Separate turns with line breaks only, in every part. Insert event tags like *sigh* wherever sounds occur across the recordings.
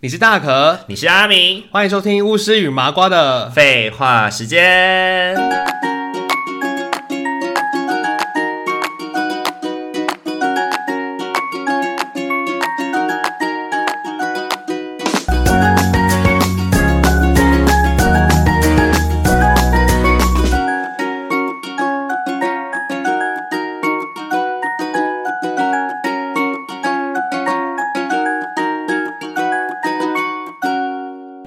你是大可，
你是阿明，
欢迎收听巫师与麻瓜的。
废话时间。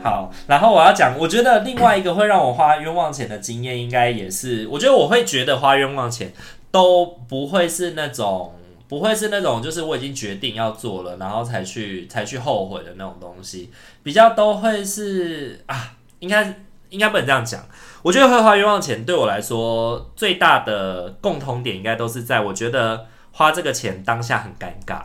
好，然后我要讲，我觉得另外一个会让我花冤枉钱的经验，应该也是，我觉得我会觉得花冤枉钱都不会是那种，不会是那种，就是我已经决定要做了，然后才去才去后悔的那种东西，比较都会是啊，应该应该不能这样讲。我觉得会花冤枉钱对我来说最大的共同点，应该都是在我觉得花这个钱当下很尴尬。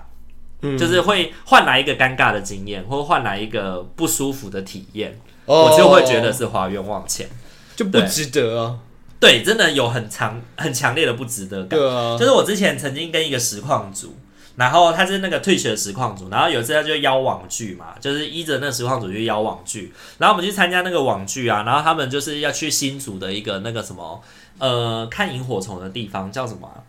嗯
就是会换来一个尴尬的经验，或换来一个不舒服的体验，
哦
我就会觉得是花冤枉钱。
就不
对
值得啊。
对，真的有很强、很强烈的不值得感。
对啊，
就是我之前曾经跟一个实况组，然后他是那个退学的实况组，然后有一次他就邀网剧嘛，就是依着那实况组去邀网剧，然后我们去参加那个网剧啊，然后他们就是要去新竹的一个那个什么，呃，看萤火虫的地方叫什么啊、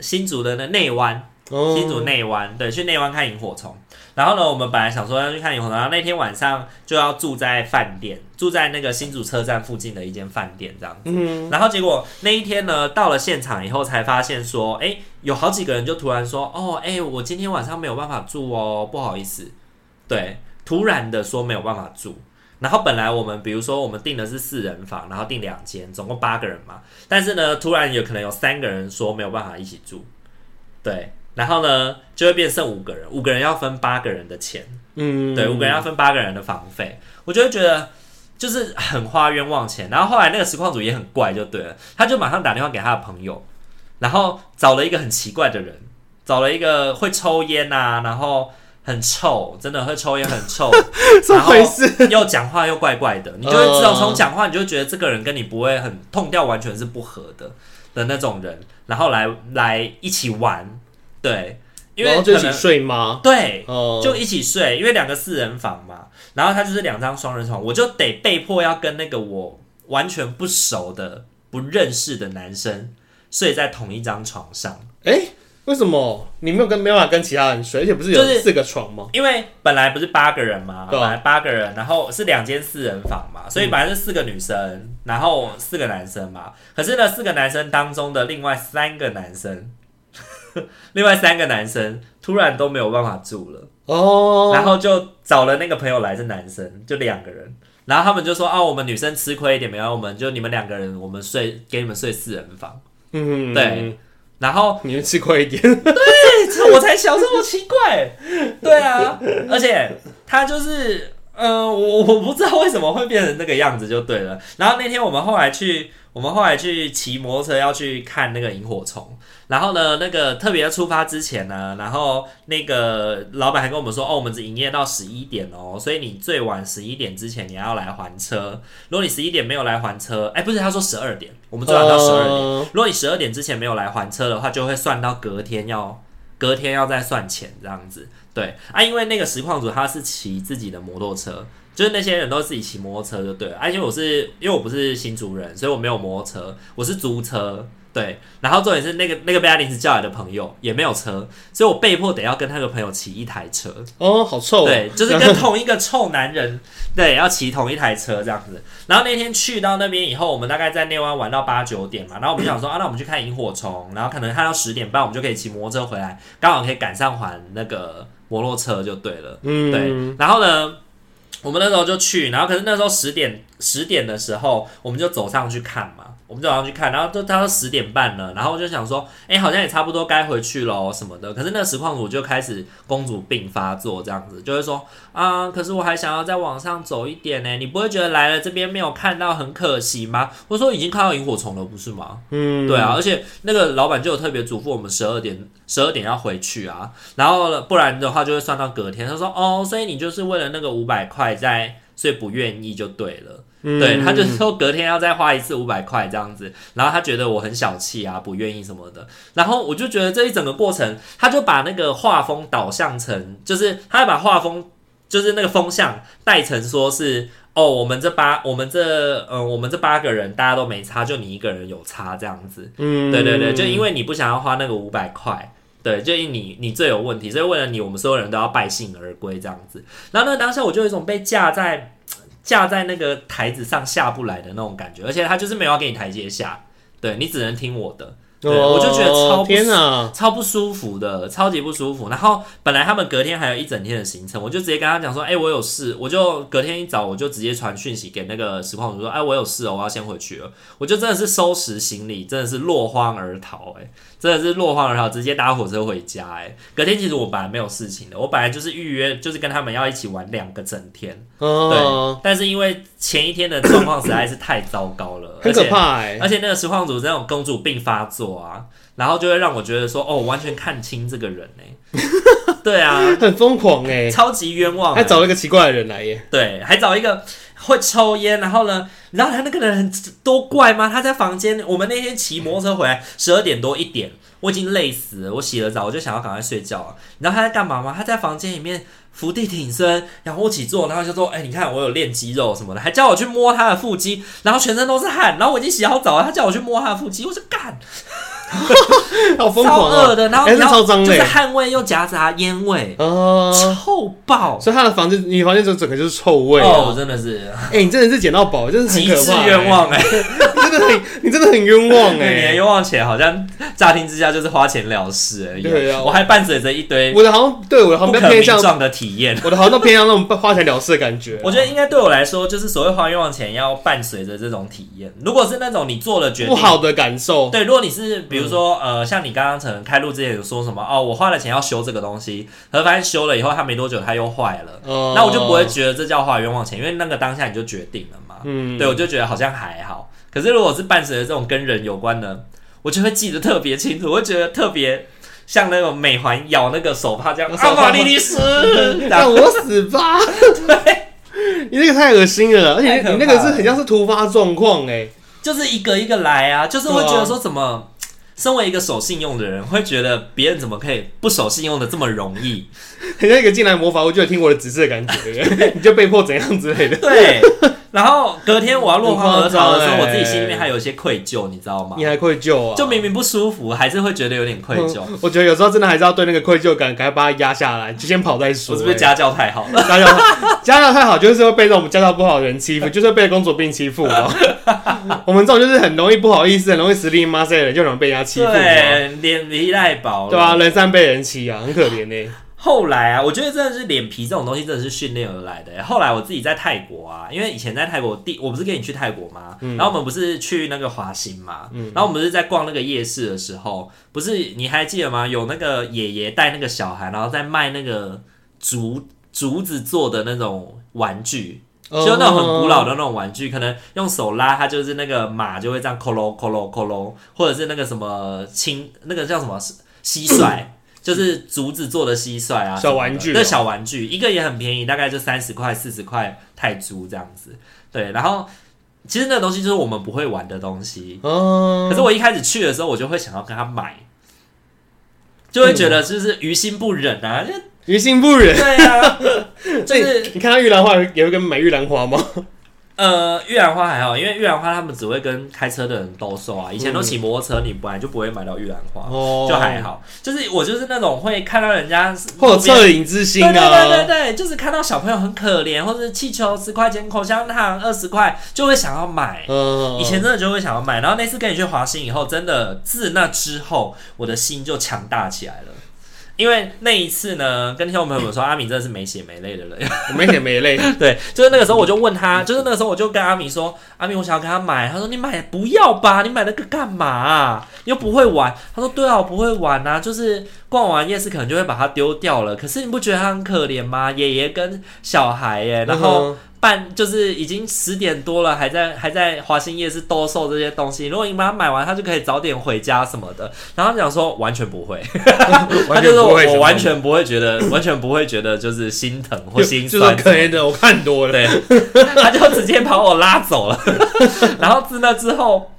新竹的那内湾，
哦
新竹内湾，对，去内湾看萤火虫。然后呢，我们本来想说要去看萤火虫，然后那天晚上就要住在饭店，住在那个新竹车站附近的一间饭店这样子。然后结果那一天呢，到了现场以后才发现说，哎，有好几个人就突然说，哦，哎，我今天晚上没有办法住哦，不好意思。对，突然的说没有办法住。然后本来我们比如说我们订的是四人房，然后订两间，总共八个人嘛。但是呢，突然有可能有三个人说没有办法一起住，对，然后呢就会变剩五个人，五个人要分八个人的钱，
嗯，
对，五个人要分八个人的房费，我就会觉得就是很花冤枉钱。然后后来那个实况组也很怪，就对了，他就马上打电话给他的朋友，然后找了一个很奇怪的人，找了一个会抽烟呐、然后很臭，真的会抽烟很
*laughs*
臭，
怎么回事？嗯
然后又讲话又怪怪的，你就会自动从讲话，你就会觉得这个人跟你不会很痛调，完全是不合的的那种人，然后来来一起玩，对，因
然
为
后就一
可
起
能
睡吗？
对。
哦，
就一起睡，因为两个四人房嘛，然后他就是两张双人床，我就得被迫要跟那个我完全不熟的、不认识的男生睡在同一张床上。
哎，为什么你没有跟没办法跟其他人睡？而且不是有
就是
四个床吗？
因为本来不是八个人嘛，
对
本
啊
来八个人，然后是两间四人房嘛，所以本来是四个女生，然后四个男生嘛。可是呢，四个男生当中的另外三个男生， *laughs* 另外三个男生突然都没有办法住了，
哦，
然后就找了那个朋友来，是男生，就两个人。然后他们就说啊，我们女生吃亏一点没有，我们就你们两个人，我们睡给你们睡四人房。
嗯，
对，然后
你们吃亏一点。
这我才想这么奇怪，对啊，而且他就是，呃，我我不知道为什么会变成那个样子就对了。然后那天我们后来去，我们后来去骑摩托车要去看那个萤火虫，然后呢，那个特别出发之前呢，然后那个老板还跟我们说，哦，我们只营业到十一点哦，所以你最晚十一点之前你要来还车，如果你十一点没有来还车，哎，不是，他说十二点，我们最晚
哦
到十二点。
点。
如果你十二点之前没有来还车的话，就会算到隔天要隔天要再算钱这样子。对啊，因为那个实况组他是骑自己的摩托车，就是那些人都自己骑摩托车就对了。啊，因为我是因为我不是新竹人，所以我没有摩托车，我是租车。对，然后重点是那个那个被他临时叫来的朋友也没有车，所以我被迫得要跟那个朋友骑一台车。
哦，好臭。
对，
*laughs*
就是跟同一个臭男人， *laughs* 对，要骑同一台车这样子。然后那天去到那边以后，我们大概在内湾玩到八九点嘛，然后我们就想说啊，那我们去看萤火虫，然后可能看到十点半，我们就可以骑摩托车回来，刚好可以赶上还那个摩托车就对了。
嗯，
对，然后呢，我们那时候就去，然后可是那时候十点十点的时候，我们就走上去看嘛，我们走上去看，然后就到十点半了，然后我就想说，哎、好像也差不多该回去喽什么的。可是那个实况组就开始公主病发作，这样子就会说啊、可是我还想要再往上走一点呢，你不会觉得来了这边没有看到很可惜吗？我说已经看到萤火虫了，不是吗？
嗯，
对啊，而且那个老板就有特别嘱咐我们十二点十二点要回去啊，然后呢不然的话就会算到隔天。他说哦，所以你就是为了那个五百块在，所以不愿意就对了。
嗯，
对，他就说隔天要再花一次五百块这样子，然后他觉得我很小气啊，不愿意什么的，然后我就觉得这一整个过程，他就把那个画风导向成，就是他把画风就是那个风向戴成说是哦，我们这八我们这嗯我们这八个人大家都没差，就你一个人有差这样子。
嗯，
对对对，就因为你不想要花那个五百块，对，就因你你最有问题，所以为了你，我们所有人都要败兴而归这样子。然后呢，当下我就有一种被架在架在那个台子上下不来的那种感觉，而且他就是没有要给你台阶下，对你只能听我的。对
哦
我就觉得超不
天哪，
超不舒服的，超级不舒服。然后本来他们隔天还有一整天的行程，我就直接跟他讲说，哎、我有事，我就隔天一早我就直接传讯息给那个实况主说，哎、我有事哦，我要先回去了。我就真的是收拾行李，真的是落荒而逃、哎，真的是落荒而逃，直接搭火车回家、哎，隔天其实我本来没有事情的，我本来就是预约，就是跟他们要一起玩两个整天，
哦，
但是因为前一天的状况实在是太糟糕了，
很可
而且。
怕哎，
而且那个实况组那种公主病发作啊，然后就会让我觉得说，哦，我完全看清这个人呢、
*laughs*
对啊，
很疯狂哎，
超级冤枉欸、
还找了一个奇怪的人来耶，
对，还找一个会抽烟，然后呢，你知道他那个人很多怪吗？他在房间，我们那天骑摩托车回来，十二点多一点，我已经累死了，我洗了澡，我就想要赶快睡觉了。你知道他在干嘛吗？他在房间里面伏地挺身，仰卧起坐，然后就说：“哎、你看我有练肌肉什么的，还叫我去摸他的腹肌，然后全身都是汗，然后我已经洗好澡了，他叫我去摸他的腹肌，我就干。”
好疯
超
狂
恶
哦，
的，然后
哎
然
那
后
超脏
就
的
是
耶
汗味又夹杂烟味，
哦，
臭爆！
所以他的房间，你房间就整个就是臭味
哦，
哦，
真的是
哎，你真的是捡到宝，真的是
极
很可
致
怕欸，
冤枉哎！
你真的很，你真的很冤枉
对你的
哎。
冤枉欸钱好像乍听之下就是花钱了事而已，
对啊
我还伴随着一堆
我的好像对我的好
不
像比
可
较
名
偏向，啊
状的体验。
我的好像都偏向那种花钱了事的感觉。啊
我觉得应该对我来说，就是所谓花冤枉钱，要伴随着这种体验。如果是那种你做了决
不
定，
好嗯的感受，
对，如果你是比如说、呃，像你刚刚可能开录之前有说什么哦，我花了钱要修这个东西，可是发现修了以后它没多久它又坏了，
哦
那我就不会，觉得这叫花冤枉钱，因为那个当下你就决定了嘛。
嗯，
对，我就觉得好像还好。可是如果是伴随着这种跟人有关的，我就会记得特别清楚，我会觉得特别像那种美环咬那个手帕这样，
手
阿
帕
玛莉莉
*laughs*
丝，这样
让我死吧！对， *laughs* 你那个太恶心了，而且
太可怕了
你那个是很像是突发状况哎，
就是一个一个来啊，就是会
对啊
觉得说怎么。身为一个守信用的人，会觉得别人怎么可以不守信用的这么容易？
很像一个进来魔法屋就有听我的指示的感觉， *laughs* 你就被迫怎样之类的。
对。 *laughs* 然后隔天我要落荒而逃
很夸
的时候，
张
我自己心里
欸
面还有一些愧疚，你知道吗
你？还愧疚啊？
就明明不舒服，还是会觉得有点愧疚。
嗯我觉得有时候真的还是要对那个愧疚感，赶快把它压下来，就先跑再说。
我是不是家教太好
哎
了？*laughs*
家教家教太好，就是会被这种家教不好的人欺负，就是会被公主病欺负哦。
*laughs*
我们这种就是很容易不好意思，很容易实力妈塞的人，就很容易被人家欺负哦。
对，脸皮太薄了。
对啊，人善被人欺啊，很可怜呢、
后来啊，我觉得真的是脸皮这种东西真的是训练而来的、后来我自己在泰国啊，因为以前在泰国第，我不是跟你去泰国吗？
嗯
然后我们不是去那个华兴嘛，然后我们是在逛那个夜市的时候，不是你还记得吗？有那个爷爷带那个小孩，然后在卖那个竹竹子做的那种玩具。
哦
就那种很古老的那种玩具，可能用手拉它，就是那个马就会这样 c o l o c o l o c o l o 或者是那个什么轻那个叫什么蟋蟀，就是竹子做的蟋蟀啊，
嗯小玩具哦
那小玩具一个也很便宜，大概就三十块四十块泰铢这样子。对，然后其实那个东西就是我们不会玩的东西，
哦，
*laughs* 可是我一开始去的时候，我就会想要跟他买，就会觉得就是于心不忍啊，就
于心不忍。哎
对
*laughs*
啊，就是
你看到玉兰花也会跟买玉兰花吗？
呃，玉兰花还好，因为玉兰花他们只会跟开车的人兜售啊。以前都骑摩托车，你本来就不会买到玉兰花，
哦
就还，好。就是我就是那种会看到人家
或者
路边
恻隐之心啊。
对对对对，就是看到小朋友很可怜，或者是气球十块钱，口香糖二十块，就会想要买。
嗯，
以前真的就会想要买，然后那次跟你去华兴以后，真的自那之后，我的心就强大起来了。因为那一次呢，跟听众朋友们说，阿敏真的是没血没泪的人，
我没点
*laughs*
没泪，
对，就是那个时候我就问他，就是那个时候我就跟阿明说，阿明我想要跟他买，他说你买不要吧，你买那个干嘛啊、你又不会玩。他说对啊，我不会玩啊，就是逛完夜市可能就会把它丢掉了。可是你不觉得他很可怜吗？爷爷跟小孩耶、然后
嗯
半就是已经十点多了，还在还在华兴夜市兜售这些东西。如果你把它买完，他就可以早点回家什么的。然后他讲说完全不会，他
*laughs* 完全
就说
不会
我完全不会觉得，完全不会觉得就是心疼或心
就
酸
是可怜的，我看
*laughs*
多了。
对，他就直接把我拉走了。然后自那之后，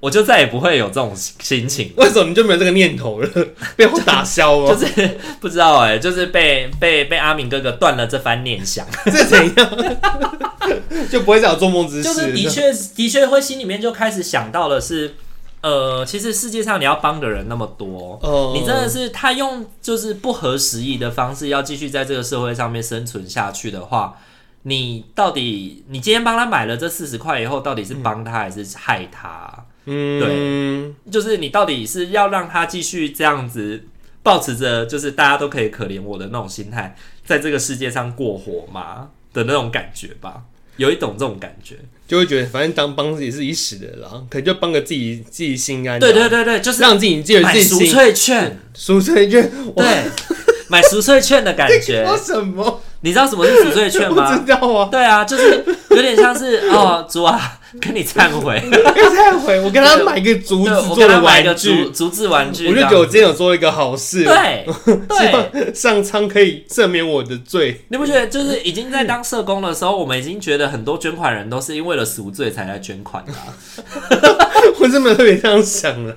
我就再也不会有这种心情了。
为什么你就没有这个念头了？
*laughs*
被我打消
就
哦，
是不知道哎、就是被被被阿明哥哥断了这番念 *laughs* 想，
这怎样？
*laughs*
就不会再有做梦之事。
就是的确的确会心里面就开始想到了是，呃，其实世界上你要帮的人那么多，
哦
你真的是他用就是不合时宜的方式要继续在这个社会上面生存下去的话，你到底你今天帮他买了这四十块以后，到底是帮他还是害他啊、
嗯，
就是你到底是要让他继续这样子，保持着就是大家都可以可怜我的那种心态，在这个世界上过活吗的那种感觉吧，有一种这种感觉。
就会觉得反正当帮也是一时的啦，可能就帮个自己自己心安。啊
对对，对对，就是
让自己觉得
买
自己
赎
心
罪券，
赎罪券。我
对， *laughs* 买赎罪券的感觉
说。什么？
你知道什么是赎罪券
不
吗？
知道啊，
对啊，就是有点像是哦，主啊， *laughs* 跟你忏悔，
要忏悔。我跟他买一个竹
对
子
我
做
跟他
的
买一个
玩
竹
具，
竹制玩具
我
这
就
样
觉
子，
得我今天有做一个好事，
对
希
对，
望上苍可以赦免我的罪。
你不觉得就是已经在当社工的时候，我们已经觉得很多捐款人都是因为了赎罪才来捐款的啊、
*laughs* 我真的 *laughs* 特别这样想了，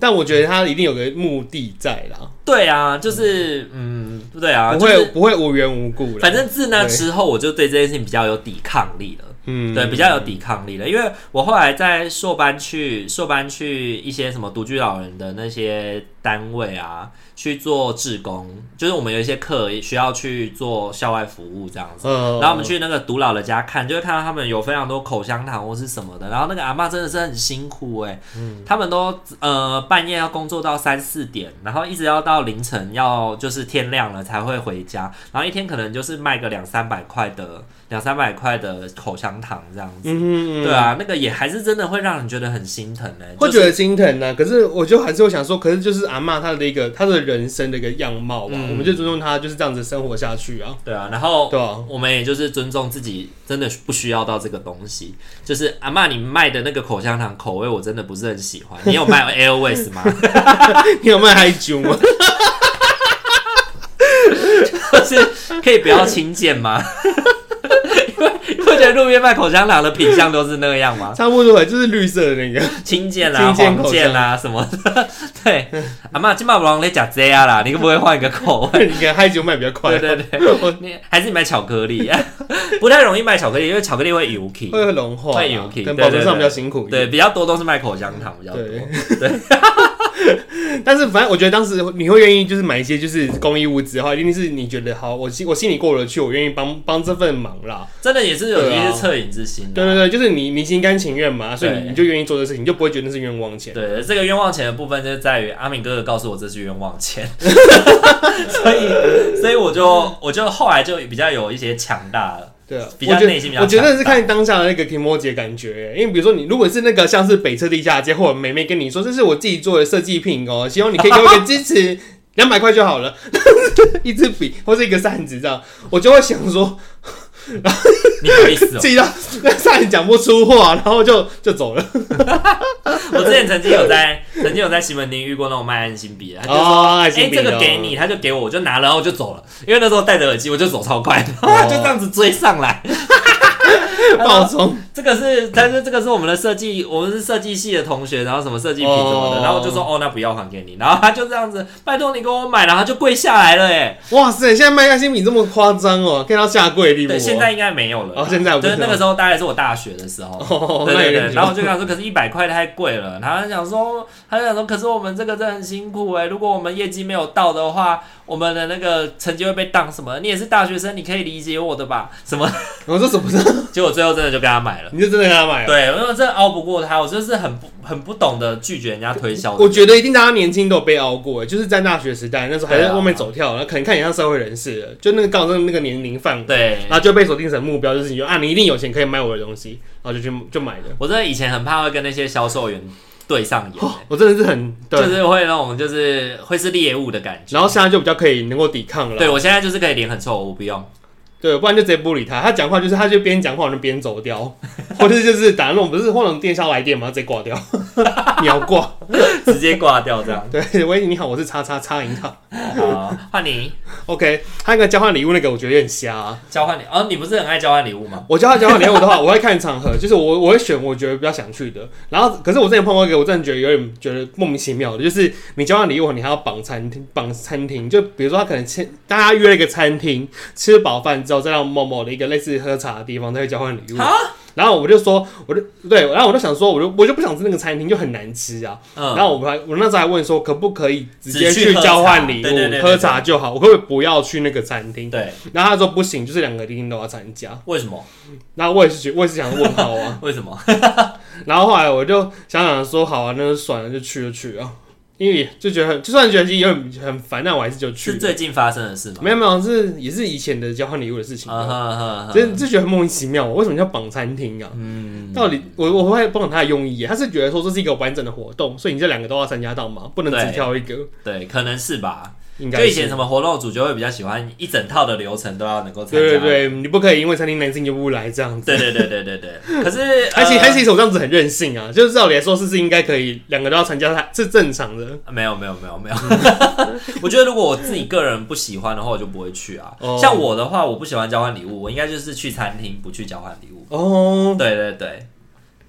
但我觉得他一定有个目的在啦，
对啊，就是嗯，对啊，
不
就
会
是
不会无缘无故
反
啦。
正自那
对
之后，我就对这件事情比较有抵抗力了。
嗯，
对，比较有抵抗力了，因为我后来在硕班去硕班去一些什么独居老人的那些单位啊，去做志工，就是我们有一些课需要去做校外服务这样子。
呃，
然后我们去那个独老的家看，就会看到他们有非常多口香糖或是什么的。然后那个阿嬷真的是很辛苦哎、
嗯
他们都呃半夜要工作到三四点，然后一直要到凌晨，要就是天亮了才会回家。然后一天可能就是卖个两三百块的两三百块的口香糖这样子。
嗯，
对啊，那个也还是真的会让人觉得很心疼哎、
会
就是
觉得心疼啊呢、可是我就还是会想说，可是就是阿嬷她的一个她的人生的一个样貌吧，
嗯
我们就尊重她就是这样子生活下去啊， *laughs*
对啊，然后
对啊，
我们也就是尊重自己，真的不需要到这个东西。就是阿嬷，你卖的那个口香糖口味，我真的不是很喜欢。你有卖
*laughs*
Airways 吗？
你有卖啊嗨酒吗？
就是可以不要轻贱吗？ *laughs* 因为你会觉得路边卖口香糖的品相都是那样吗？
*laughs* 差不多，就是绿色的那个， *laughs*
轻贱啦、
轻贱
黄
口香
贱啦、什么的。 *laughs* 对，阿嬷，今晚不让你讲这啊样啦，你可不可以换一个
*laughs*
口味？
你可能嗨酒卖比较快
对，对对，
*laughs*
你还是你买巧克力， *laughs* 不太容易卖巧克力，因为巧克力会有 k
会融化，
会有气
跟
对
保存
对
上比
对
较辛苦一
对，
点。
比较多都是卖口香糖比较多。
但是反正我觉得当时你会愿意就是买一些就是公益物资的话，一定是你觉得好，我心我心里过得去，我愿意帮帮这份忙啦。
真的也是有一
对
些
啊
恻隐之心、啊。
对对对，就是你你心甘情愿嘛，所以
对
你就愿意做这事情，你就不会觉得那是冤枉钱。
对这个冤枉钱的部分，就是在于阿敏哥哥告诉我这是冤枉
*laughs*
钱，所以所以我就我就后来就比较有一些强大了。
对啊，
比较
我觉得
内心比较
我觉
强
得
大
是看当下的那个 i m o j i 感觉，因为比如说你如果是那个像是北车地下街或者梅梅跟你说这是我自己做的设计品哦，希望你可以给我一个支
*laughs*
持，两百块就好了， *laughs* 一支笔或是一个扇子这样，我就会想说
你好意
*laughs*
思哦、
自己要扇子讲不出话，然后就就走了
我之前曾经有在曾经有在西门町遇过那种卖安心笔的，他就说。
哦，爱
哎、
心笔
这
哦
个
*laughs*
给你，他就给我，我就拿了，然后我就走了。因为那时候戴着耳机，我就走
*laughs*
超快，然后他就这样子追上来。
爆冲，
这个是，他说这个是我们的设计，我们是设计系的同学，然后什么设计品什么
哦
的，然后我就说哦，那不要还给你，然后他就这样子，拜托你给我买，然后他就跪下来
*laughs*
了，哎，
哇塞，现在卖爱心笔这么夸张哦，看到下跪的地步
对，
哦，
现在应该没有了啦，
哦现在我不
就是
知道
那个时候大概是我大学的时候。
哦，
对
那
对
有
对，
点
然后我就跟他说，可是一百块太贵了。然后他想说，他想说，可是我们这个真的很辛苦哎、如果我们业绩没有到的话，我们的那个成绩会被当什么？你也是大学生，你可以理解我的吧？什么？ *laughs*
*laughs* 我哦说什么事，
结果最后真的就跟他买了。
你就真的给他买哦了。
对，因为我真的熬不过他，我就是很不很不懂得拒绝人家推销的
我觉得一定大家年轻都有被熬过，就是在大学时代，那时候还
对
在
啊
外面走跳，然后可能看你像社会人士了，就那个刚好是那个年龄范围，
对
然，后就被锁定成目标，就是你就啊，你一定有钱可以买我的东西，然后就去就买的。
我真的以前很怕会跟那些销售员对上眼、欸
我真的是很哦对，
就是会那种就是会是猎物的感觉。
然后现在就比较可以能够抵抗了，
对我现在就是可以脸很臭，我不用。
对，不然就直接不理他，他讲话就是他就边讲话然后边走掉，或者就是打那种不是那种电销来电嘛，直接挂掉，秒挂。
直接挂掉
*laughs*
这样。
对，喂，你好，我是叉叉叉银行。
好，换你
OK，他那个交换礼物那个，我觉得有点瞎、啊。
交换礼哦，你不是很爱交换礼物吗？
我交换交换礼物的话，我会看场合，就是我我会选我觉得比较想去的。然后，可是我之前碰到一个，我真的觉得有点觉得莫名其妙的，就是你交换礼物，你还要绑餐厅，绑餐厅。就比如说他可能先大家约了一个餐厅，吃饱饭之后再到某某的一个类似喝茶的地方再去交换礼物。然后我就说，我就对，然后我就想说，我就我就不想吃那个餐厅，就很难吃啊。
嗯，
然后我们还我那时候还问说，可不可以直接
只去
去
喝
交
茶
换礼
对对对对
物，喝茶就好？我可不可以不要去那个餐厅？
嗯对，
然后他说不行，就是两个一定都要参加。
为什么？
那我也是觉，我也是想问号
*laughs*
啊。
为什么？
然后后来我就想想说，好啊，那就算了，就去就去啊。因为就觉得很，就算觉得有点很烦，但我还是就是去。
最近发生的事吗？
没有没有，是也是以前的交换礼物的事情
啊
啊，
哈哈哈
真就觉得很莫名其妙，为什么叫绑餐厅啊？
嗯，
到底我我会不懂他的用意耶，他是觉得说这是一个完整的活动，所以你这两个都要参加到嘛，不能
对
只挑一个。
对，可能是吧。
应该
就以前
是
什么活动组就会比较喜欢一整套的流程都要能够参加。
对对对，你不可以因为餐厅男性就不来这样子。
对对对对对
*laughs*
对。可是
而且
呃
而且手这样子很任性啊，就是照理来说是是应该可以两个都要参加，它是正常的。
没有没有没有没有， *laughs* 我觉得如果我自己个人不喜欢的话，我就不会去啊。
哦
像我的话，我不喜欢交换礼物，我应该就是去餐厅，不去交换礼物。
哦，
对对对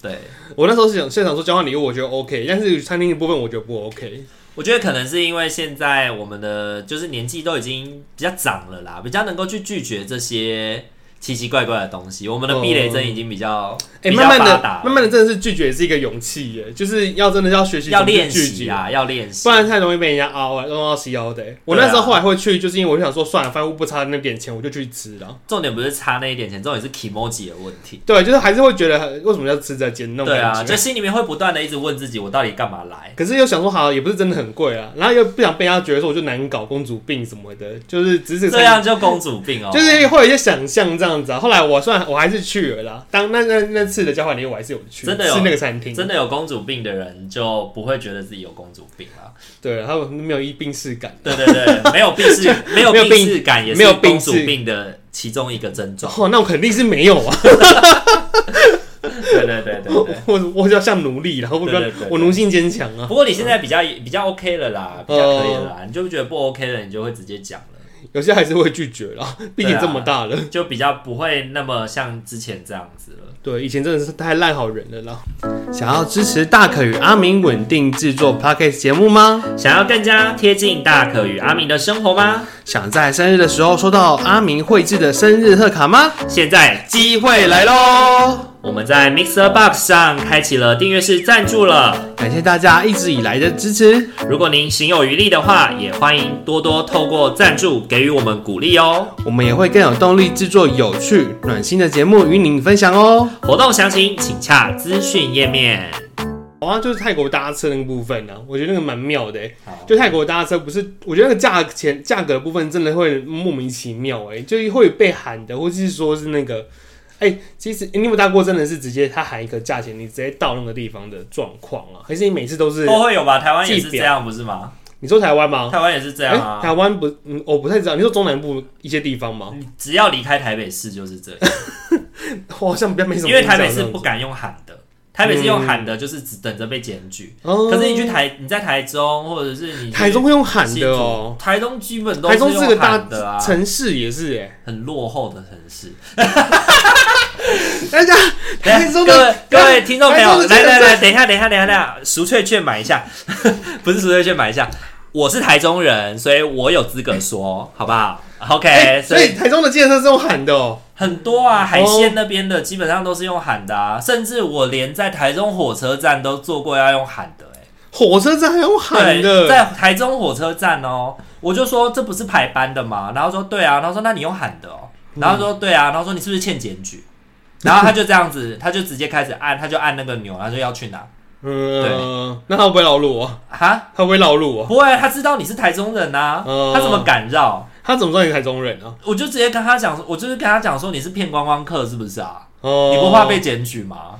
对，
我那时候是想现场说交换礼物，我觉得 OK，但是餐厅的部分我觉得不 OK。
我觉得可能是因为现在我们的就是年纪都已经比较长了啦，比较能够去拒绝这些奇奇怪怪的东西。我们的
哦
避雷针已经比较、
哎、
比较
慢慢
发
的
达，了，
慢慢的，真的是拒绝是一个勇气耶，就是要真的要学习
要
怎么去
练
拒
习
绝。
啊，要练习
不。然太容易被人家凹啊，弄到西凹的欸、我
对啊
那时候后来会去，就是因为我就想说，算了，反正我不差那点钱，我就去吃了。
重点不是差那一点钱，重点是 emoji 的问题。
对，就是还是会觉得很为什么要吃这间那种
对
感
啊，
觉。
就心里面会不断的一直问自己，我到底干嘛来？
可是又想说，好也不是真的很贵啊，然后又不想被他觉得说我就难搞、公主病什么的，就是只是
这样就公主病哦、
就是会有一些想象这样子啊。后来我算我还是去了啦，当那那那次的交换礼物我还是有去，
真的有哦
是那个餐厅，
真的有公主病的人就不会觉得自己有公主病啊。
对，他们没有一病视感。
*laughs* 对对对，没有病视， *laughs* 没有
没有
病
病
视感也
没
是
有
公
病
主
视
病的其中一个症状。
哦，那我肯定是没有啊，
*laughs*
*laughs*
对对对对对。
我我就要像奴隶啦，然后我比较
对对对对
我奴性坚强啊，
不过你现在比较比较 OK 了啦，比较可以了啦，你就不觉得不 OK 了，你就会直接讲了，
有些还是会拒绝啦，
啊
毕竟这么大了。
就比较不会那么像之前这样子了。
对，以前真的是太烂好人了啦。想要支持大可与阿明稳定制作 podcast 节目吗？
想要更加贴近大可与阿明的生活吗？
想在生日的时候收到阿明绘制的生日贺卡吗？
现在
机会来喽！
我们在 Mixer Box 上开启了订阅式赞助了。
感谢大家一直以来的支持，
如果您行有余力的话，也欢迎多多透过赞助给予我们鼓励哦。
我们也会更有动力制作有趣、暖心的节目与您分享哦。
活动详情请洽资讯页面。
好啊，就是泰国搭车那个部分呢、啊，我觉得那个蛮妙的、欸
好。
就泰国搭车不是，我觉得那个价钱价格的部分真的会莫名其妙哎、就会被喊的，或是说是那个。哎、其实、你有没有搭过，真的是直接他喊一个价钱，你直接到那个地方的状况啊？还是你每次都是？
都会有吧？台湾也是
记
这
表
样，不是吗？
你说台湾吗？
台湾也是这样
哎
啊。
台湾不，嗯，我不太知道。你说中南部一些地方吗？
你只要离开台北市就是这样，
我好像比较没什么
因
印象
为
这样
台
子。
北市不敢用喊的，台北市用喊的就是只等着被检举。
哦，
可是你去台，你在台中或者是你去
台中会用喊的哦、
新竹台中基本都
台
是
中是
用
个大
喊的啊，
城市也是哎、
很落后的城市。
大家哎
*laughs*
台中 *laughs*
哎各位
的啊
各位听众朋友，
台中的
来
这个
来来，等一下等一下等一下等一下，赎罪券买一下， *laughs* 不是赎罪券买一下。我是台中人，所以我有资格说，好不好？OK，、
哎
哎所
所以
以
台中的建设是用喊的哦、
很多啊，海鲜那边的基本上都是用喊的啊，甚至我连在台中火车站都坐过要用喊的、欸，
火车站还用喊
对，
的，
在台中火车站哦，我就说这不是排班的吗？然后说对啊，然后说那你用喊的哦，
嗯
然后说对啊，然后说你是不是欠检举？然后他就这样子， *laughs* 他就直接开始按，他就按那个钮，他就要去哪
嗯，那他会不会绕路啊？
哈？
他会不会绕路啊？
不会，他知道你是台中人呐、
嗯
他怎么敢绕？
他怎么知道你是台中人啊？
我就直接跟他讲，我就是跟他讲说你是骗观光客是不是啊？
哦，
你不怕被？检举吗？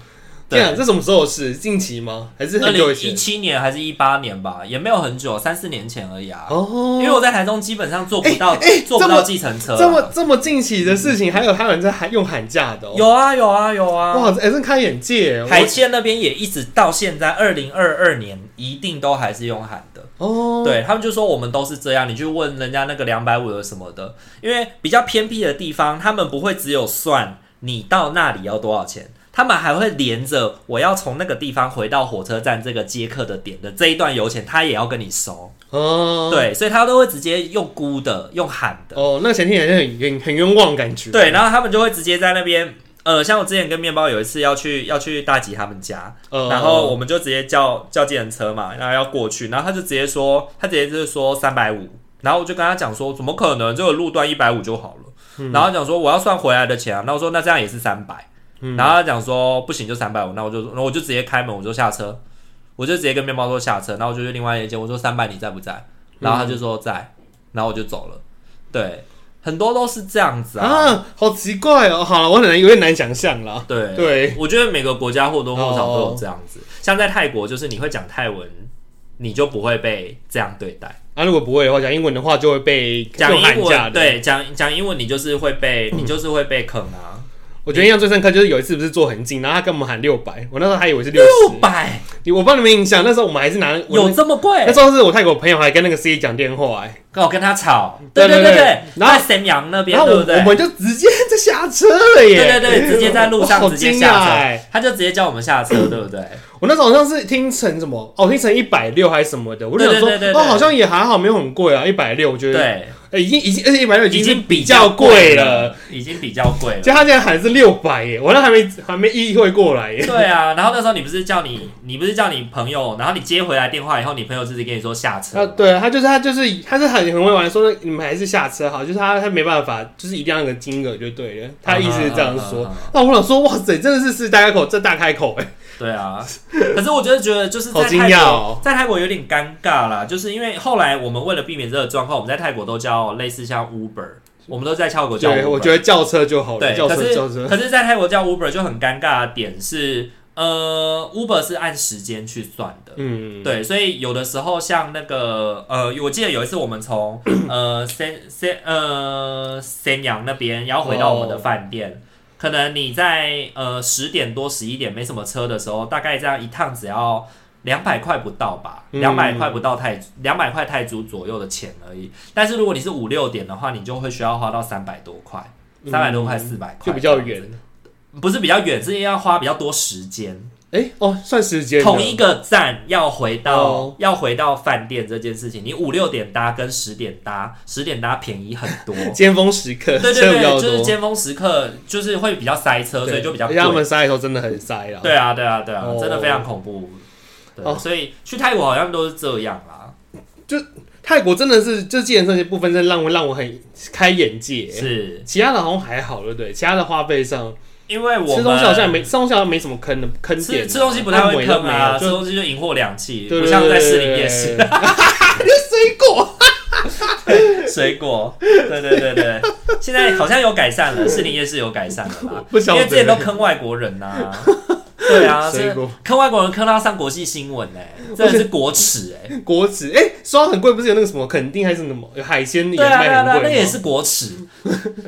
这样，这什么时候的事？近期吗？还啊是
二
很久
零
以
一
前？
七年还是一八年吧，也没有很久，三四年前而已啊。因
哦，
为我在台中基本上坐不到、
哎哎
坐不
这么
到计程车啊、
这么这么近期的事情，还有还有人在喊用喊价的、哦，
有啊有啊有啊！
哇，哎、真开眼界耶！哦
海
我
线那边也一直到现在二零二二年，一定都还是用喊的。
哦，
对他们就说我们都是这样，你去问人家那个两百五的什么的，因为比较偏僻的地方，他们不会只有算你到那里要多少钱，他们还会连着我要从那个地方回到火车站这个接客的点的这一段油钱，他也要跟你收。
哦，
对，所以他都会直接用估的，用喊的。
哦，那个前提好像很很很冤枉的感觉。
对，，然后他们就会直接在那边，呃，像我之前跟面包有一次要去要去大吉他们家，
呃
然后我们就直接叫叫计程车嘛，然后要过去，然后他就直接说，他直接就是说三百五，然后我就跟他讲说，怎么可能？这个路段一百五就好了。然后他讲说我要算回来的钱啊，那我说那这样也是三百、
嗯
然后他讲说不行就三百五，那我就那我就直接开门，我就下车，我就直接跟面包说下车，然后我就去另外一间，我说三百你在不在？然后他就
嗯
说在，然后我就走了。对，很多都是这样子啊。
啊，好奇怪哦。好了，我很难有点难想象啦。
对
对，
我觉得每个国家或多或少都有这样子。像在泰国，就是你会讲泰文，你就不会被这样对待。
啊，如果不会的话，讲英文的话就会被
讲
用
英
喊价
文，
的。，嗯
对，讲讲英文，你就是会被，你就是会被坑啊。
我觉得印象最深刻就是有一次不是坐很近，然后他跟我们喊六百，我那时候还以为是六
六
十。
百
我帮你们印象，那时候我们还是拿我
有哎
那
这么贵
那？时候是我泰国朋友还跟那个司机讲电话、哎，
跟我跟他吵，
对
对
对
对，
然后
在沈阳那边，
然后
对
我
不
我们
对？
就直接就下车了耶。
对对对，直接在路上
我
直接
好惊讶
下
哎
车，他就直接叫我们下车，对不对？
我那时候好像是听成什么哦，听成一百六还是什么的，我就想说
对对对对
哦，
对
好像也还好，没有很贵啊，一百六，我觉得，
对，
哎、已经已经而且一百六已
已
经是
经
比
比
较
较
贵
贵
了，
了，已经比较贵了
就。他竟然喊是六百耶，我那还没还没意会过来
*laughs*
耶，
对啊，然后那时候你不是叫你，你不是叫你朋友，然后你接回来电话以后，你朋友自己跟你说下车。
啊，对啊，他就是他就是他是很很会玩，说你们还是下车好，就是他他没办法，就是一定要那个金额就对了，他的意思是这样说
啊啊啊啊。
那我想说，哇塞，真的是是大开口，这大开口哎，
对啊，可是我觉得觉得就是在
好惊
泰国，
讶哦
在泰国有点尴尬啦，就是因为后来我们为了避免这个状况，我们在泰国都叫类似像 Uber，我们都在泰国叫 Uber。
对，我觉得叫车就好了，
对，
叫
可
车
是
叫车，
可是在泰国叫 Uber 就很尴尬的点是，呃，Uber 是按时间去算的。
嗯，
对，所以有的时候像那个呃，我记得有一次我们从呃三三呃三阳那边，然后回到我
哦
们的饭店。可能你在呃十点多十一点没什么车的时候，大概这样一趟只要两百块不到吧，
嗯
两百块不到泰两百块泰铢左右的钱而已。但是如果你是五六点的话，你就会需要花到三百多块，
嗯
三百多块四百块
就比较，远，
不是比较远，是要花比较多时间。
哎哦，算时间了
同一个站要回到、
哦
要回到饭店这件事情，你五六点搭跟十点搭，十点搭便宜很
*laughs*
多。
尖峰时刻，
对对
车比
对，
较
就是
多
尖峰时刻，就是会比较塞车，所以就比较
而
贵
且。他们塞的时候真的很塞啦。
对啊，对啊，对啊，
哦
真的非常恐怖。对，
哦
所以去泰国好像都是这样啦。
泰国真的是就计程车这部分，真的让我让我很开眼界。
是
其他的好像还好了，对，其他的花费上，
因为我
吃
们
东西好像也没吃东西好像没什么坑的坑点啊、
吃吃东西不太
按摩
会
也都
坑啊，
没
吃
有就
东西就引货两气，
对
不像在士林夜市。
对对 *laughs* 对对就水果，
水果，对对对对，现在好像有改善
*laughs*
了，士林夜市有改善了吧？
不晓得
因为之前都坑外国人呐、啊。对啊，
*laughs* 水
这
果
坑外国人坑到上国际新闻哎、真的是国耻
*laughs*
哎、
果子，哎、说到很贵，不是有那个什么垦丁还是什么有海鲜也
对啊对
卖
啊
很
对啊，
贵、
那个也。是国耻。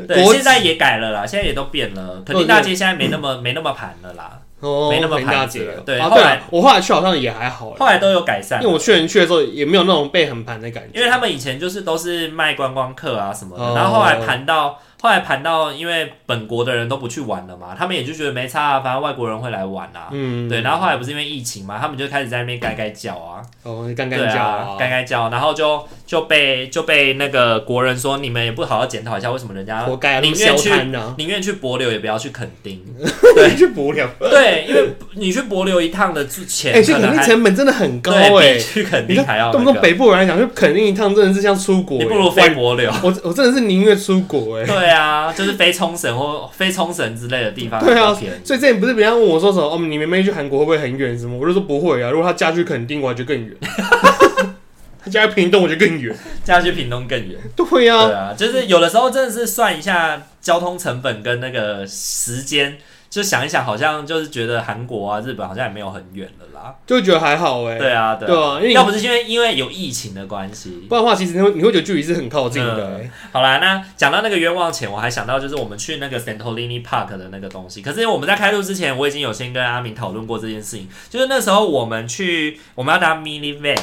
对，
国耻
现在也改了啦，现在也都变了，肯定大街现在没那么没那么盘了啦，
哦，
没那么
很大
盘子
姐了。
对
啊，
后
对
来
啊，我后来去好像也还好
后
啦，
来都有改善
因为。我去年去的时候也没有那种被很盘的感觉。
因为他们以前就是都是卖观光客啊什么的，
哦
然后后来盘到后来盘到，因为本国的人都不去玩了嘛，他们也就觉得没差啊，反正外国人会来玩啊，
嗯，
对，然后后来不是因为疫情嘛，他们就开始在那边改改叫啊，
哦，干干
对
叫
啊，改改叫，然后就就被就被那个国人说，你们也不好好检讨一下，为什么人家
活该啊，
宁
那
愿
消
去
摊呐，
宁愿去帛琉也不要去垦丁？
对， *laughs* 去补了。
对，因为你去帛琉一趟的钱
哎，去
可
垦
能
丁
还
成本真的很高
对
哎
比，去垦
你
丁还
看，
要
动不
那
动
个，
北部人来讲，就垦丁一趟真的是像出国
你
哎，
不如飞
*laughs*
帛琉。
我我真的是宁愿出国哎。
对啊，就是飞冲绳或飞冲绳之类的地方
*laughs*
比
对啊
较便宜。
所以之前不是别人问我说什么，哦，你妹妹去韩国会不会很远什么？我就说不会啊，如果她嫁去垦丁，我还觉得更远。 *laughs* 她嫁去屏东，我觉得更远。
这样去屏东更远。
对啊呀、
啊对啊，就是有的时候真的是算一下交通成本跟那个时间，就想一想，好像就是觉得韩国啊、日本好像也没有很远了啦。
就觉得还好哎、
对啊，对
对啊因为你
要不是因为因为有疫情的关系。
不然的话，其实你会你会觉得距离是很靠近的、欸。
好啦，那讲到那个冤枉钱，我还想到就是我们去那个 Santolini Park 的那个东西。可是我们在开录之前，我已经有先跟阿明讨论过这件事情，就是那时候我们去，我们要搭 mini van，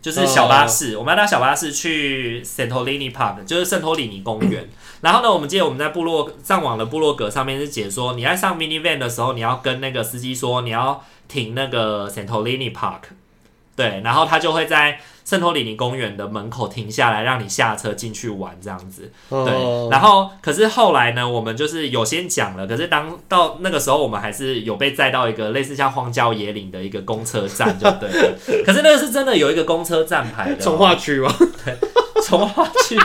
就是小巴士，我们要搭小巴士去 Santolini Park，就是圣托里尼公园。然后呢，我们记得我们在部落上网的部落格上面是解说，你在上 mini van 的时候，你要跟那个司机说你要停那个 Santolini Park，对，然后他就会在圣托里尼公园的门口停下来，让你下车进去玩这样子。嗯对，
哦，
然后可是后来呢，我们就是有先讲了，可是当到那个时候，我们还是有被载到一个类似像荒郊野岭的一个公车站，就对
*laughs*
了。可是那个是真的有一个公车站牌的哦、
从化区嘛，
从化区，哎、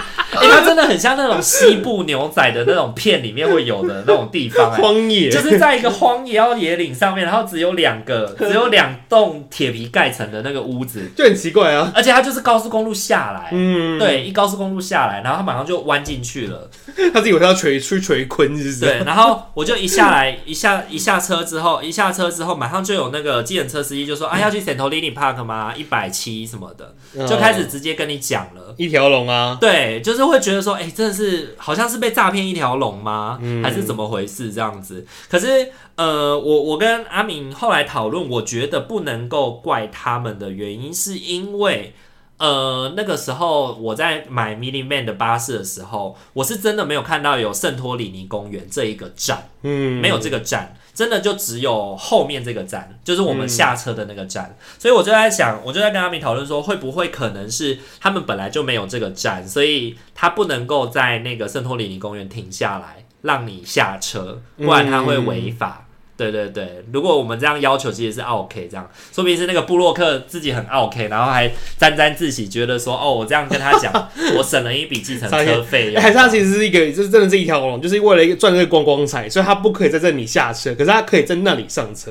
它真的很像那种西部牛仔的那种片里面会有的那种地方、哎
荒野，
就是在一个荒郊野岭上面，然后只有两个，只有两栋铁皮盖成的那个屋子，
就很奇怪啊。
而且它就是高速公路下来，
嗯，
对，一高速公路下来，然后它马上就弯进去
*laughs*
了。
他自己以为他要垂去垂坤，是不是？
对，然后我就一下来，一下一下车之后，一下车之后，马上就有那个计程车司机就说：“啊，要去 Santolini Park 吗？一百七什么的，
嗯
就开始直接跟你讲了。
一条龙啊，
对，就是会觉得说，哎、真的是好像是被诈骗一条龙吗？还是怎么回事这样子？可是，呃，我我跟阿敏后来讨论，我觉得不能够怪他们的原因，是因为，呃，那个时候我在买 Mini Man 的巴士的时候，我是真的没有看到有圣托里尼公园这一个站。
嗯，
没有这个站，真的就只有后面这个站，就是我们下车的那个站。
嗯
所以我就在想，我就在跟阿明讨论说，会不会可能是他们本来就没有这个站，所以他不能够在那个圣托里尼公园停下来让你下车，不然他会违
嗯
法。对对对，如果我们这样要求，其实是 OK 这样，说不定是那个布洛克自己很 OK，然后还沾沾自喜，觉得说哦，我这样跟
*laughs*
他讲，我省了一笔计程车费用。
哎还是他其实是一个，就是真的是一条龙，就是为了一个赚这个观光财，所以他不可以在这里下车，可是他可以在那里上车。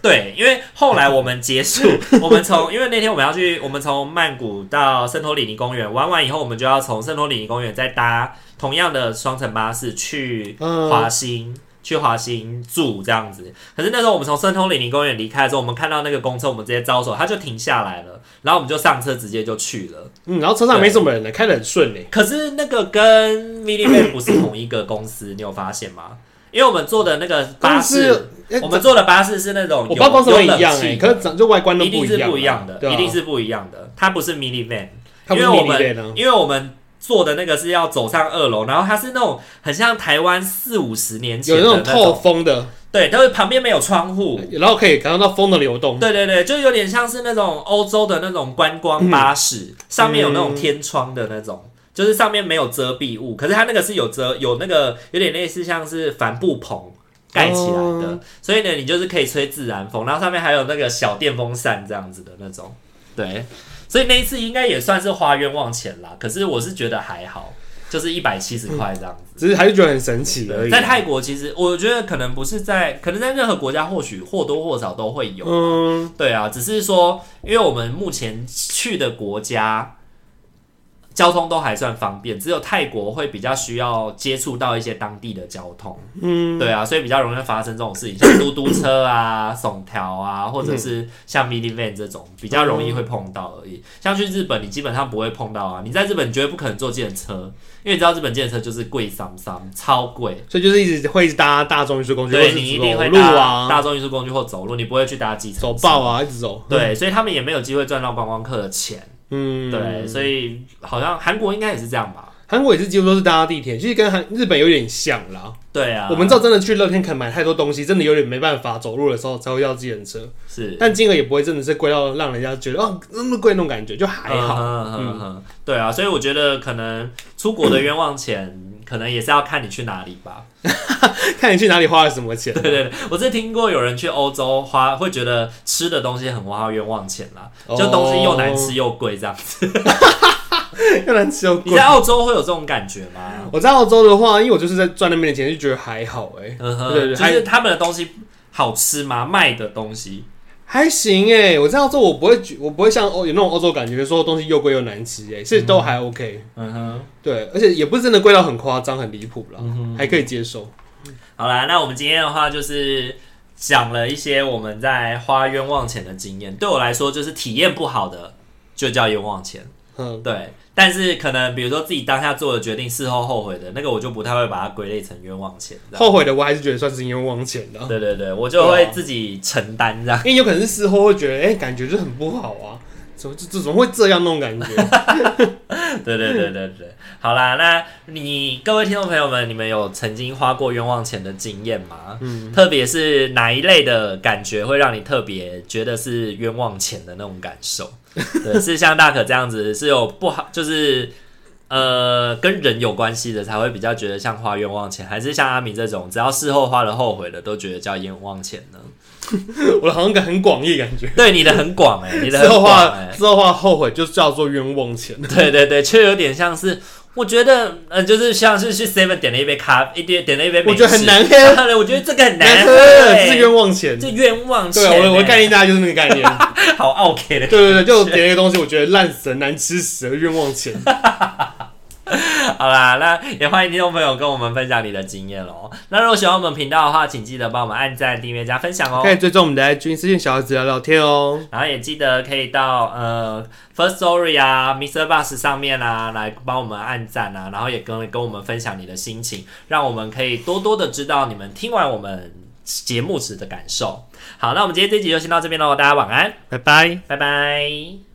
对，因为后来我们结束， *laughs* 我们从因为那天我们要去，我们从曼谷到圣托里尼公园玩完以后，我们就要从圣托里尼公园再搭同样的双层巴士去
嗯
华兴。去华兴住这样子，可是那时候我们从圣托里尼公园离开的时候，我们看到那个公车，我们直接招手，它就停下来了，然后我们就上车直接就去了。
嗯，然后车上没什么人呢，开得很顺欸呢。
可是那个跟 Mini Van 不是同一个公司，你有发现吗？因为我们坐的那个
*coughs*
巴
公
士，
哎
我们坐的巴士是那种
我不
有
知道光什么
有冷
一样哎、
气的
可是长就外观都
一定是
样啊，
不
不
一样的，
对啊、
一定是不一样的。它不是 mini van，
他们是
因为我
mini
们
van 啊，
因为我们坐的那个是要走上二楼，然后它是那种很像台湾四五十年前
有
的
那种透
种，
风的，
对，但是旁边没有窗户。
然后可以感受到风的流动。
对对对，就有点像是那种欧洲的那种观光巴士，上面有那种天窗的那种，就是上面没有遮蔽物，可是它那个是有遮有那个有点类似像是帆布棚盖起来的，所以呢，你就是可以吹自然风，然后上面还有那个小电风扇这样子的那种，对，所以那一次应该也算是花冤枉钱啦，可是我是觉得还好，就是一百七十块这样子。
只是还是觉得很神奇而已。
在泰国，其实我觉得可能不是在，可能在任何国家，或许或多或少都会有。
嗯，
对啊，只是说，因为我们目前去的国家交通都还算方便，只有泰国会比较需要接触到一些当地的交通。嗯，对啊，所以比较容易发生这种事
*laughs*
情，像嘟嘟车啊、耸条啊，或者是像 mini van 这种比较容易会碰到而
嗯
已。像去日本，你基本上不会碰到啊。你在日本，你绝对不可能坐计程车，因为你知道日本计程车就是贵桑桑，超贵。
所以就是一直会一直搭大众运输工具，
对
或是
你一定会
走路
搭
啊，
大众运输工具或走路，你不会去搭计程
走
车
爆啊，一直走。
对，所以他们也没有机会赚到观光客的钱。
嗯，
对，所以好像韩国应该也是这样吧？
韩国也是几乎都是搭地铁，其实跟韩日本有点像啦。
对啊，
我们知道真的去乐天肯买太多东西，真的有点没办法走路的时候才会要自行车，
是
但金额也不会真的是贵到让人家觉得哦那么贵那种感觉，就还好。
嗯嗯嗯，对啊，所以我觉得可能出国的冤枉钱。可能也是要看你去哪里吧。
看你去哪里花了什么钱
对。对对，我是听过有人去欧洲花，会觉得吃的东西很花冤枉钱啦，就东西又难
哦
吃又贵这样子。
又难吃又
你
贵
在。澳洲会有这种感觉吗？
我在澳洲的话，因为我就是在赚那边的钱，就觉得还好哎、对对
嗯哼，
对
就是他们的东西好吃吗？卖的东西
还行哎、我在澳洲我不会觉，我不会像哦欧有那种欧洲感觉，说东西又贵又难吃哎、是都还 OK、
嗯哼，嗯
对，而且也不是真的贵到很夸张、很离谱啦，还可以接受。
好啦，那我们今天的话就是讲了一些我们在花冤枉钱的经验。对我来说，就是体验不好的就叫冤枉钱。
嗯，
对，但是可能比如说自己当下做的决定，事后后悔的那个，我就不太会把它归类成冤枉钱。这样
后悔的我还是觉得算是冤枉钱的啊，
对对对，我就
对
会
啊
自己承担这样。
因为有可能是事后会觉得，哎、感觉就很不好啊，怎么这怎么会这样那种感觉？ *laughs*
*laughs* 对对对对对，好啦，那你各位听众朋友们，你们有曾经花过冤枉钱的经验吗？嗯，特别是哪一类的感觉会让你特别觉得是冤枉钱的那种感受？对，是像大可这样子，是有不好，就是呃跟人有关系的才会比较觉得像花冤枉钱，还是像阿米这种只要事后花了后悔的都觉得叫冤枉钱呢？
我好像感很广义感觉，
对，你的很广哎、你
之
的很
后
广
话、
哎、
之后话后悔就叫做冤枉钱。
*laughs* 对对对，却有点像是，我觉得，嗯、就是像是去 Seven 点了一杯咖，一点点了一杯美式，
我觉得很难
*laughs*
喝，
喝，我觉得这个很难
难
喝
喝，
欸
是冤枉钱。
这冤枉钱
对
欸、
啊，我的我的概念大概就是那个概
*laughs*
念。
好 OK 的。 *laughs*
对对对，就点一个东西，我觉得烂死了、难吃死了，冤枉钱。
好啦，那也欢迎听众朋友跟我们分享你的经验喽。那如果喜欢我们频道的话，请记得帮我们按赞、订阅、加分享哦。
可以追踪我们的 IG 私信小孩子聊聊天哦。
然后也记得可以到呃 First Story 啊、Mr. Bus 上面啊，来帮我们按赞啊，然后也跟跟我们分享你的心情，让我们可以多多的知道你们听完我们节目时的感受。好，那我们今天这集就先到这边喽，大家晚安，
拜拜。
拜拜。